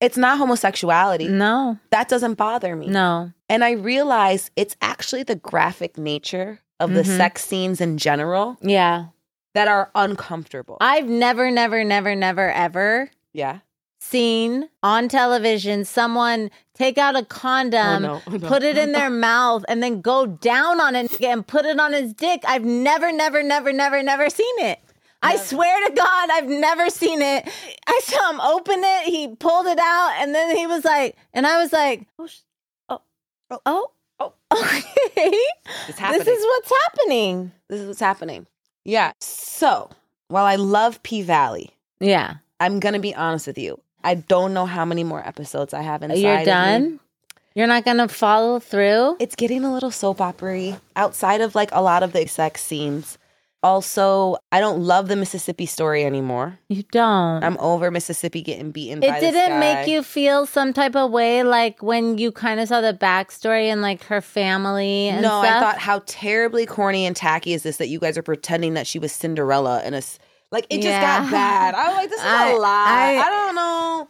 B: It's not homosexuality.
I: No.
B: That doesn't bother me.
I: Mm. No.
B: And I realized it's actually the graphic nature of the
I: Mhm.
B: sex scenes in general
I: Yeah.
B: that are uncomfortable.
I: I've never, never, never, never, ever
B: yeah.
I: seen on television someone take out a
B: Oh,
I: condom, um, put it in their mouth, and then go down on it and put it on his dick. I've never, never, never, never, never seen it. I swear to God, I've never seen it. I saw him open it. He pulled it out, and then he was like, and I was like, oh, sh- oh, oh, oh, okay.
B: It's happening.
I: This is what's happening.
B: this is what's happening. Yeah. So while I love P Valley,
I: Yeah,
B: I'm gonna be honest with you. I don't know how many more episodes I have inside. of
I: you're
B: me.
I: done. You're not gonna follow through.
B: It's getting a little soap opery outside of like a lot of the sex scenes. Also, I don't love the Mississippi story anymore.
I: You don't.
B: I'm over Mississippi getting beaten. by this
I: It
B: guy.
I: didn't make you feel some type of way, like when you kind of saw the backstory and like her family and
B: No, I
I: stuff?
B: thought how terribly corny and tacky is this that you guys are pretending that she was Cinderella in a s- like it just got
I: Yeah.
B: bad. I was like, this is
I: I-
B: a lot. I,
I: I-
B: don't know.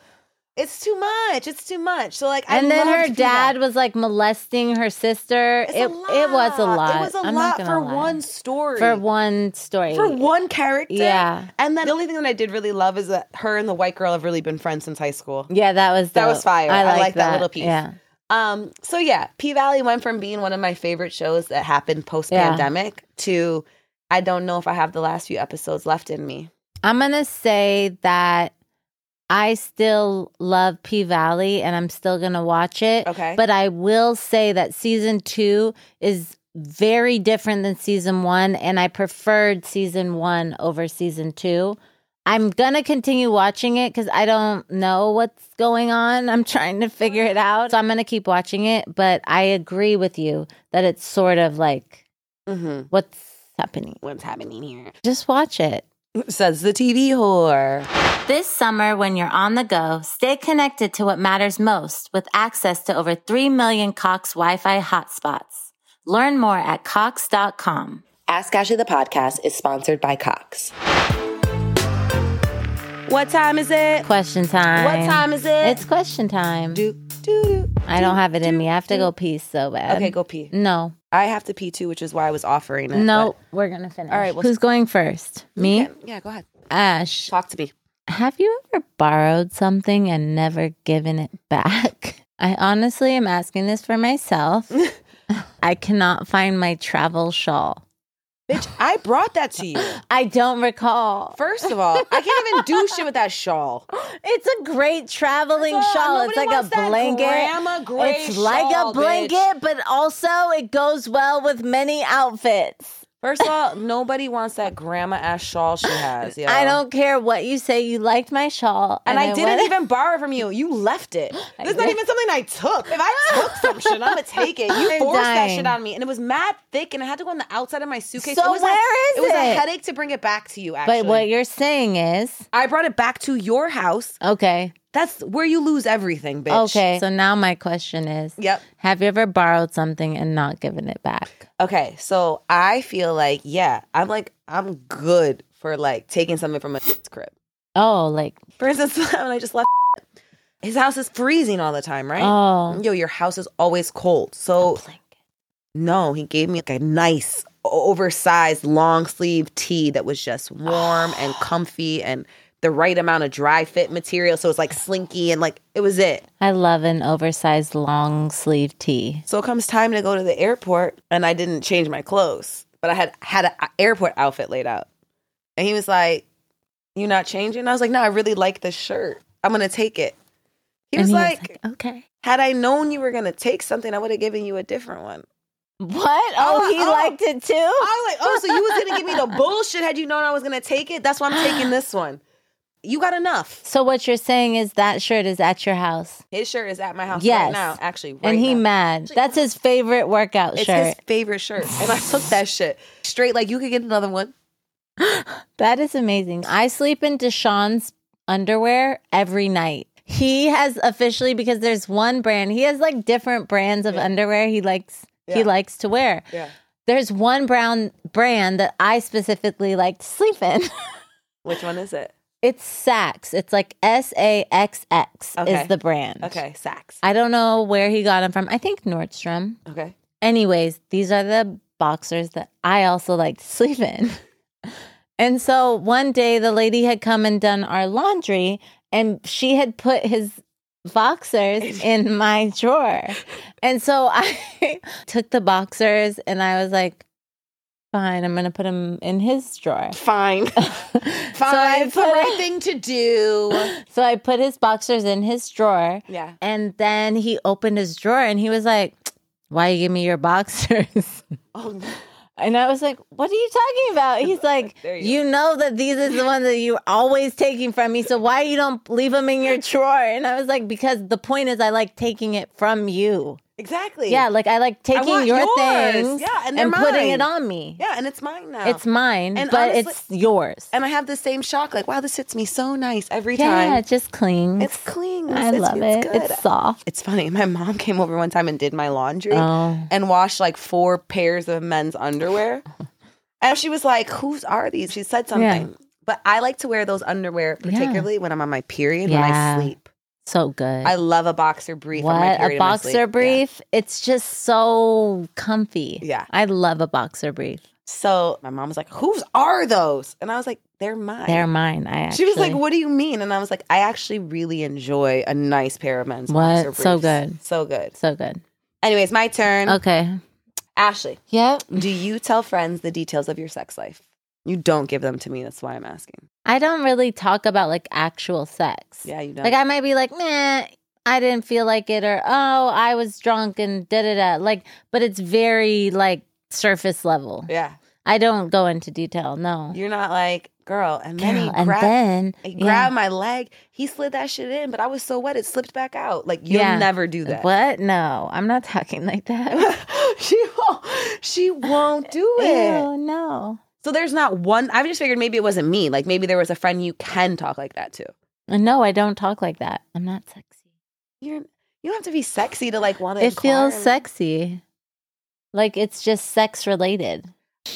B: It's too much. It's too much. So like, I
I: and then
B: loved
I: her
B: Peanut.
I: dad was like molesting her sister.
B: It's a
I: it it was a lot.
B: It was a
I: I'm not
B: lot
I: gonna
B: for
I: lie.
B: one story.
I: for one story.
B: For one character.
I: Yeah.
B: And then the only thing that I did really love is that her and the white girl have really been friends since high school.
I: Yeah, that was
B: That
I: dope.
B: was fire. I
I: liked
B: like that little piece.
I: Yeah,
B: Um, so yeah, P Valley went from being one of my favorite shows that happened post pandemic to I don't know if I have the last few episodes left in me.
I: I'm going to say that I still love P Valley and I'm still going to watch it.
B: Okay.
I: But I will say that season two is very different than season one, and I preferred season one over season two. I'm going to continue watching it because I don't know what's going on. I'm trying to figure it out. So I'm going to keep watching it, but I agree with you that it's sort of like
B: mm-hmm.
I: what's happening.
B: what's happening here?
I: Just watch it.
B: Says the TV whore.
A: This summer, when you're on the go, stay connected to what matters most with access to over 3 million Cox Wi Fi hotspots. Learn more at Cox.com.
L: Ask Ashley the podcast is sponsored by Cox.
B: What time is it?
I: Question time.
B: What time is it?
I: It's question time.
B: do do do.
I: I don't have it in me. I have to go pee so bad.
B: Okay, go pee.
I: No,
B: I have to pee too, which is why I was offering it.
I: no, we're gonna finish.
B: All right, well-
I: who's going first? Me,
B: but- yeah, go ahead.
I: Ash.
B: Talk to me.
I: Have you ever borrowed something and never given it back? I honestly am asking this for myself. I cannot find my travel shawl.
B: Bitch, I brought that to you.
I: I don't recall.
B: First of all, I can't even do shit with that shawl.
I: It's a great traveling
B: First of all,
I: shawl. It's
B: nobody
I: like a
B: wants that
I: blanket.
B: grandma gray
I: it's like
B: shawl,
I: a blanket,
B: bitch.
I: but also it goes well with many outfits.
B: First of all, nobody wants that grandma ass shawl she has. Yo.
I: I don't care what you say. You liked my shawl,
B: And, I, didn't
I: went-
B: even borrow it from you. You left it. This is not
I: did.
B: even something I took. If I took some shit, I'm gonna take it. You
I: I'm
B: forced that
I: dying.
B: shit on me, and it was mad thick, and I had to go on the outside of my suitcase.
I: So
B: it was
I: where
B: a,
I: is
B: It was a
I: it?
B: headache to bring it back to you. Actually,
I: But what you're saying is
B: I brought it back to your house.
I: okay,
B: That's where you lose everything, bitch.
I: okay. So now my question is:
B: Yep.
I: Have you ever borrowed something and not given it back?
B: Okay, so I feel like yeah, I'm like I'm good for like taking something from a crib.
I: Oh, like
B: For instance, when I just left, his house is freezing all the time, right?
I: oh,
B: Yo, your house is always cold. So no, he gave me like a nice o- oversized long sleeve tee that was just warm and comfy and the right amount of dry fit material. So it's like slinky and like it was it.
I: I love an oversized long sleeve tee.
B: So it comes time to go to the airport, and I didn't change my clothes, but I had had an airport outfit laid out, and he was like, "You not changing?" I was like, "No, I really like this shirt. I'm gonna take it." He
I: And
B: was
I: he was
B: like,
I: okay.
B: "Had I known you were gonna take something, I would have given you a different one."
I: What? Oh,
B: Oh,
I: he
B: oh.
I: liked it too.
B: I was like, "Oh, so you was gonna give me the bullshit? Had you known I was gonna take it? That's why I'm taking this one." You got enough.
I: So what you're saying is that shirt is at your house,
B: His shirt is at my house
I: Yes.
B: right now, actually. Right
I: and he
B: now.
I: mad. That's his favorite workout
B: It's
I: shirt.
B: his favorite shirt, and I took that shit straight. Like you could get another one.
I: That is amazing. I sleep in Deshaun's underwear every night. He has officially because there's one brand. He has like different brands of underwear he likes he
B: Yeah.
I: likes to wear.
B: Yeah.
I: There's one brown brand that I specifically like to sleep in.
B: Which one is it?
I: it's Saks. It's like S A X X
B: Okay.
I: is the brand.
B: Okay, sacks.
I: I don't know where he got them from. I think Nordstrom.
B: Okay.
I: Anyways, these are the boxers that I also like to sleep in. And so one day the lady had come and done our laundry and she had put his boxers in my drawer. And so I took the boxers and I was like, fine, I'm going to put them in his drawer.
B: Fine. Fine. it's the right thing to do.
I: So I put his boxers in his drawer.
B: Yeah.
I: And then he opened his drawer and he was like, Why you give me your boxers?
B: Oh,
I: And I was like, What are you talking about? He's like,
B: There you
I: You know that these is the ones that you're always taking from me. So why you don't leave them in your drawer? And I was like, Because the point is I like taking it from you.
B: Exactly.
I: Yeah, like I like taking
B: want
I: your
B: yours.
I: things
B: Yeah, and they're
I: and putting it
B: mine.
I: on me.
B: Yeah, and it's mine now.
I: It's mine,
B: And
I: but
B: honestly-
I: it's yours.
B: and I have the same shock. Like, wow, this hits me so nice every
I: Yeah,
B: time.
I: it just clings.
B: It's clean.
I: I
B: It's-
I: love
B: it's
I: it.
B: good.
I: It's soft.
B: It's funny. My mom came over one time and did my laundry
I: Oh.
B: and washed like four pairs of men's underwear. and she was like, "Whose are these?" She said something. But I like to wear those underwear, particularly when I'm on my period when
I: Yeah.
B: I sleep.
I: So good.
B: I love a boxer brief. on my
I: What
B: period
I: a
B: in my
I: boxer
B: sleep. Yeah.
I: brief! It's just so comfy.
B: Yeah.
I: I love a boxer brief.
B: So my mom was like, "Whose are those?" And I was like, "They're mine."
I: They're mine. I actually,
B: she was like, "What do you mean?" And I was like, "I actually really enjoy a nice pair of men's
I: What?
B: boxer
I: So
B: briefs.
I: good.
B: so good."
I: so good.
B: Anyways, my turn.
I: Okay.
B: Ashley,
I: Yep.
B: do you tell friends the details of your sex life? You don't give them to me. That's why I'm asking.
I: I don't really talk about like actual sex.
B: Yeah, you don't.
I: Like I might be like, nah, I didn't feel like it, or oh, I was drunk and da da da. Like, but it's very like surface level.
B: yeah,
I: I don't go into detail. No.
B: you're not like girl. And then
I: Girl,
B: he
I: and
B: grabbed,
I: then
B: he
I: yeah.
B: grabbed my leg. He slid that shit in, but I was so wet it slipped back out. Like you'll
I: Yeah.
B: never do that.
I: What? No, I'm not talking like that.
B: she won't. She won't do it.
I: Ew, no.
B: So there's not one. I just figured maybe it wasn't me. Like maybe there was a friend you can talk like that to.
I: No, I don't talk like that. I'm not sexy.
B: You're you don't have to be sexy to like want to.
I: It feels sexy. Like it's just sex related.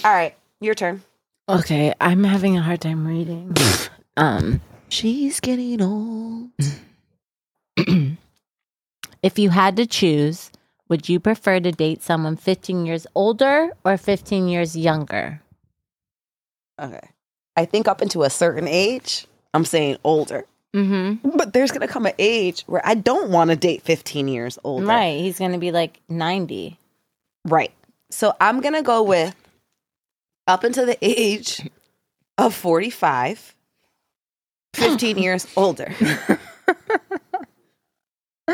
B: All right, your turn.
I: Okay, I'm having a hard time reading. um
B: She's getting old.
I: If you had to choose, would you prefer to date someone 15 years older or 15 years younger?
B: Okay, I think up into a certain age. I'm saying older,
I: Mm-hmm.
B: but there's gonna come an age where I don't want to date 15 years older.
I: Right. He's going to be like 90.
B: Right. So I'm going to go with up until the age of 45, 15 years older.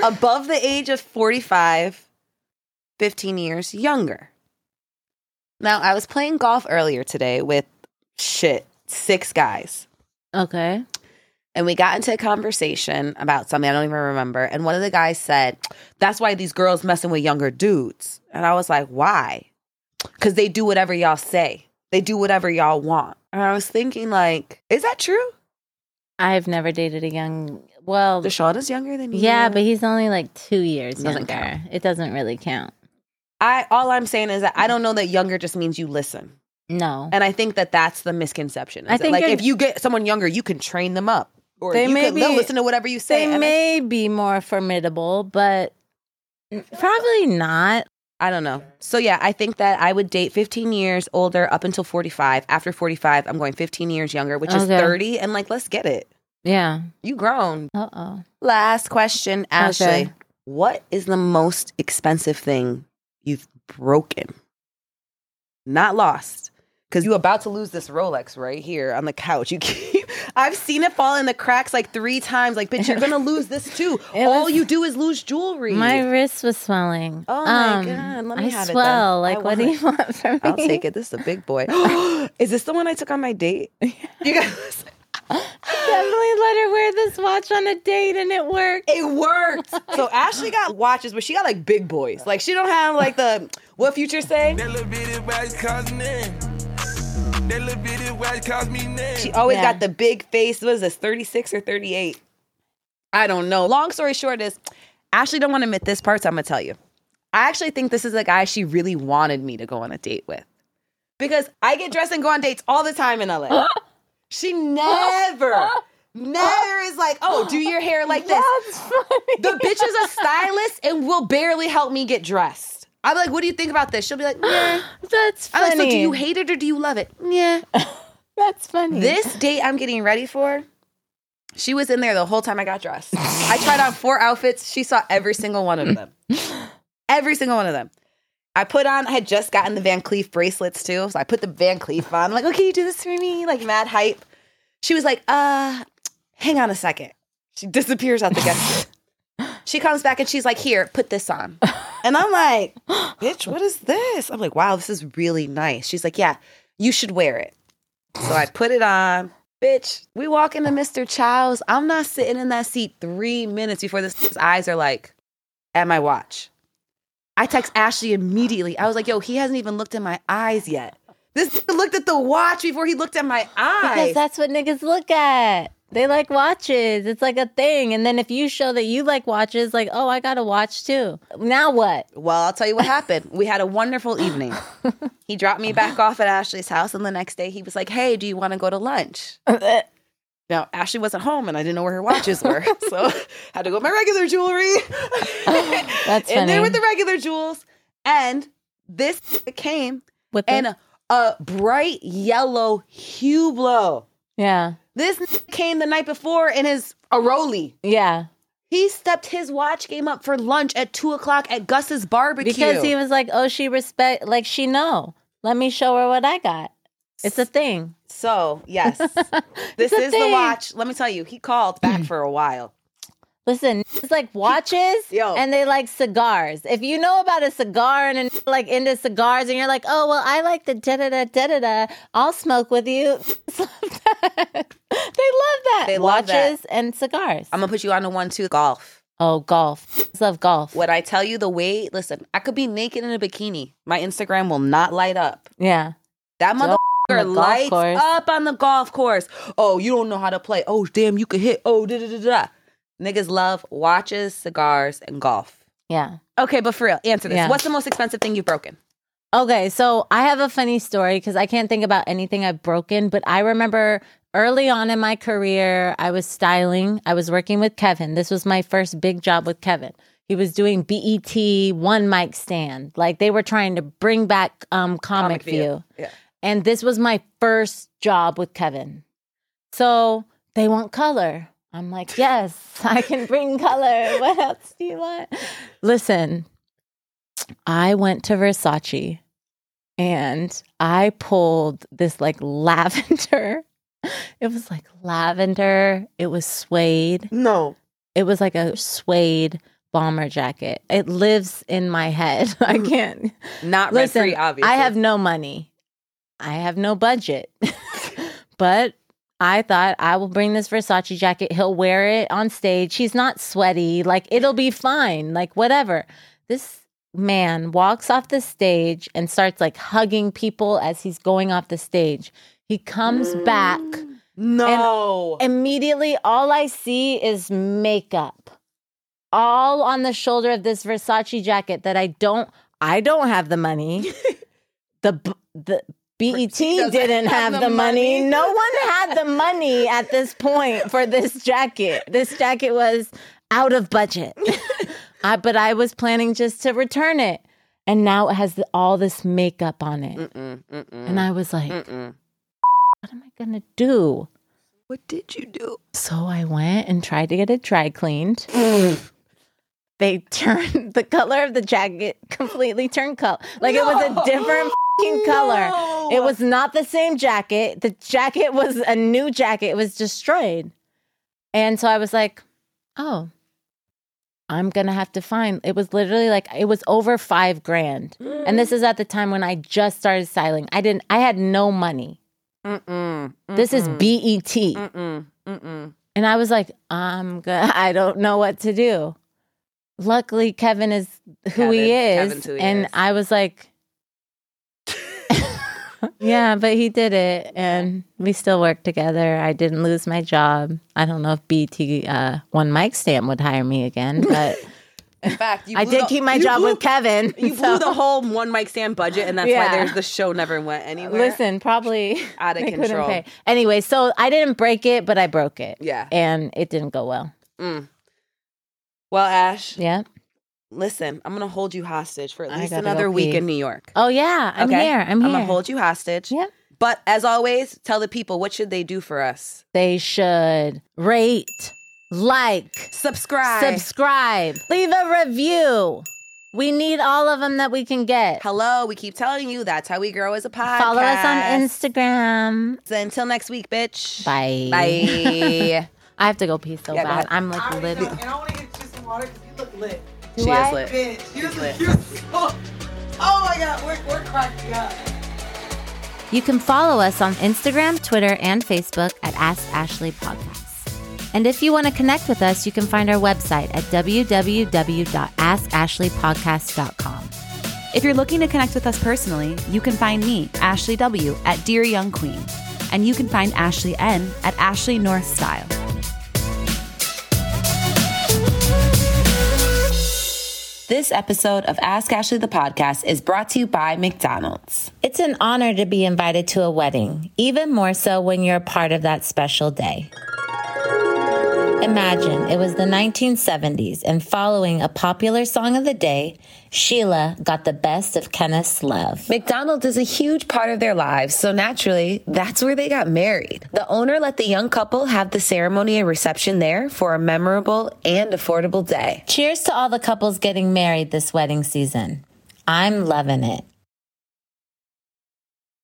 B: Above the age of 45, 15 years younger. Now, I was playing golf earlier today with shit, six guys.
I: Okay.
B: And we got into a conversation about something I don't even remember. And one of the guys said, That's why these girls messing with younger dudes. And I was like, Why? Because they do whatever y'all say, they do whatever y'all want. And I was thinking, like, Is that true?
I: I've never dated a young, well,
B: Deshaun is younger than you.
I: yeah, but he's only like two years
B: Doesn't
I: younger. It doesn't really count.
B: I, all I'm saying is that I don't know that younger just means you listen.
I: No.
B: And I think that that's the misconception. is
I: I
B: that,
I: think
B: like,
I: you're-
B: if you get someone younger, you can train them up. Or
I: They
B: you
I: may
B: can, they'll
I: be-
B: listen to whatever you say. And
I: they
B: I-
I: may be more formidable, but probably not.
B: I don't know. So yeah, I think that I would date 15 years older up until 45. After 45, I'm going 15 years younger, which is
I: Okay.
B: 30. And like, let's get it.
I: Yeah.
B: You grown.
I: Uh oh.
B: Last question, Ashley.
I: Okay.
B: What is the most expensive thing you've broken? Not lost. Because you about to lose this Rolex right here on the couch. You keep I've seen it fall in the cracks like three times. Like, bitch, you're gonna lose this too.
I: It
B: All
I: was-
B: you do is lose jewelry.
I: My wrist was swelling.
B: Mm.
I: Um,
B: Oh my God, let me have
I: I
B: it then.
I: swell.
B: I
I: Like, what do
B: want
I: you want from me?
B: I'll take it. This is a big boy. is this the one I took on my date? You guys,
I: definitely let her wear this watch on a date and it worked.
B: it worked. So Ashley got watches, but she got like big boys. Like she don't have like the what future say.
F: That little bitty watch cost me. That little bitty watch cost me nothing.
B: She always
I: Yeah.
B: got the big face. What is this, 36 or 38? I don't know. Long story short is Ashley don't want to admit this part, so I'm gonna tell you. I actually think this is a guy she really wanted me to go on a date with. Because I get dressed and go on dates all the time in LA. she never, never is like, oh, do your hair like this. The bitch is a stylist and will barely help me get dressed. I'm like, what do you think about this? She'll be like, yeah.
I: That's
B: I'm like,
I: funny.
B: so do you hate it or do you love it? Yeah.
I: That's funny.
B: This date I'm getting ready for, she was in there the whole time I got dressed. I tried on four outfits. She saw every single one of them. Every single one of them. I put on, I had just gotten the Van Cleef bracelets too. So I put the Van Cleef on. I'm like, oh, can you do this for me? Like mad hype. She was like, uh, hang on a second. She disappears out the guest room. She comes back and she's like, here, put this on. And I'm like, bitch, what is this? I'm like, wow, this is really nice. She's like, yeah, you should wear it. So I put it on. Bitch, we walk into Mr. Chow's. I'm not sitting in that seat three minutes before this his eyes are like at my watch. I text Ashley immediately. I was like, yo, he hasn't even looked in my eyes yet. This looked at the watch before he looked at my eyes.
I: because that's what niggas look at. They like watches. It's like a thing. And then if you show that you like watches, like, oh, I got a watch too. Now what?
B: Well, I'll tell you what happened. We had a wonderful evening. He dropped me back off at Ashley's house, and the next day he was like, Hey, do you want to go to lunch? Now, Ashley wasn't home, and I didn't know where her watches were. So I had to go with my regular jewelry.
I: That's
B: And
I: funny.
B: then with the regular jewels. And this came
I: With the-
B: and a bright yellow Hublot.
I: Yeah.
B: This n- came the night before in his Aroli.
I: Yeah.
B: He stepped his watch game up for lunch at two o'clock at Gus's barbecue.
I: Because he was like, oh, she respect, like she know. Let me show her what I got. It's a thing.
B: so yes, this
I: a
B: is the
I: thing.
B: watch. Let me tell you, he called back for a while.
I: Listen, it's like watches
B: Yo.
I: and they like cigars. If you know about a cigar and an- like into cigars and you're like, oh, well, I like the da da da da da da, I'll smoke with you. It's like that. they love that.
B: They love
I: watches
B: that.
I: and cigars.
B: I'm gonna put you on to one two golf.
I: oh, golf. Love golf.
B: When I tell you the weight, listen, I could be naked in a bikini. My Instagram will not light up.
I: Yeah.
B: That
I: Don't on
B: motherfucker
I: the golf
B: lights
I: course.
B: up on the golf course. Oh, you don't know how to play. Oh, damn, you could hit. Oh, da da da da. Niggas love watches, cigars, and golf.
I: Yeah.
B: Okay, but for real, answer this.
I: Yeah.
B: What's the most expensive thing you've broken?
I: Okay, so I have a funny story because I can't think about anything I've broken, but I remember early on in my career, I was styling. I was working with Kevin. This was my first big job with Kevin. He was doing BET one mic stand. Like they were trying to bring back um, Comic, View.
B: Yeah.
I: And this was my first job with Kevin. So they want color. I'm like, yes, I can bring color. What else do you want? Listen, I went to Versace and I pulled this like lavender. It was like lavender. It was suede.
B: No.
I: It was like a suede bomber jacket. It lives in my head. I can't.
B: Not rent
I: Listen,
B: free, obviously.
I: I have no money. I have no budget. but I thought I will bring this Versace jacket. He'll wear it on stage. He's not sweaty. Like it'll be fine. Like whatever. This man walks off the stage and starts like hugging people as he's going off the stage. He comes back.
B: no.
I: Immediately all I see is makeup. All on the shoulder of this Versace jacket that I don't I don't have the money. the b- the BET didn't have, the money. No one had the money at this point for this jacket. This jacket was out of budget. I, but I was planning just to return it. And now it has the, all this makeup on it. And I was like, what am I going to do?
K: What did you do?
I: So I went and tried to get it dry cleaned. they turned the color of the jacket completely turned color. Like it was a different fing color. It was not the same jacket. The jacket was a new jacket. It was destroyed. And so I was like, oh, I'm gonna have to find. It was literally like it was over five grand, and this is at the time when I just started styling. I didn't. I had no money. This is E BET. And I was like, I'm good. I don't know what to do. Luckily, Kevin is who
B: Kevin-
I: he is.
B: Kevin's who he
I: and
B: is.
I: I was like, yeah, but he did it. And we still work together. I didn't lose my job. I don't know if BT uh, One Mic Stand would hire me again, but
B: In fact, you
I: I
B: blew
I: did
B: the-
I: keep my
B: you
I: job
B: blew-
I: with Kevin.
B: You
I: so-
B: blew the whole one mic stand budget, and that's
I: Yeah.
B: why there's the show never went anywhere.
I: Listen, probably
B: Out of
I: they couldn't
B: control.
I: pay. Anyway, so I didn't break it, but I broke it.
B: Yeah. mm.
I: And it didn't go well.
B: Well, Ash,
I: Yeah.
B: listen, I'm gonna hold you hostage for at
I: I
B: least
I: gotta go
B: another week
I: pee.
B: in New York.
I: Oh yeah, I'm here. I'm here.
B: gonna hold you hostage.
I: Yep.
B: But as always, tell the people what should they do for us.
I: They should rate, like,
B: Subscribe.
I: subscribe, leave a review. We need all of them that we can get.
B: Hello. We keep telling you that's how we grow as a podcast.
I: Follow us on Instagram.
B: So until next week, bitch.
I: Bye.
B: Bye.
I: I have to go pee so
B: Yeah, go
I: bad.
B: ahead.
I: I'm like
M: And
I: livid.
M: I want to get you some water because you look lit.
B: she is lit.
M: Bitch, you look, you're so, oh my God, we're, we're cracking up.
A: You can follow us on Instagram, Twitter, and Facebook at Ask Ashley Podcast. And if you want to connect with us, you can find our website at www.askashleypodcast.com.
N: If you're looking to connect with us personally, you can find me, Ashley W, at Dear Young Queen. And you can find Ashley N at Ashley North Style.
L: This episode of Ask Ashley the podcast is brought to you by McDonald's.
A: It's an honor to be invited to a wedding, even more so when you're a part of that special day. Imagine it was the 1970s, and following a popular song of the day, Sheila got the best of Kenneth's love.
B: McDonald's is a huge part of their lives, so naturally, that's where they got married. The owner let the young couple have the ceremony and reception there for a memorable and affordable day.
A: Cheers to all the couples getting married this wedding season. I'm loving it.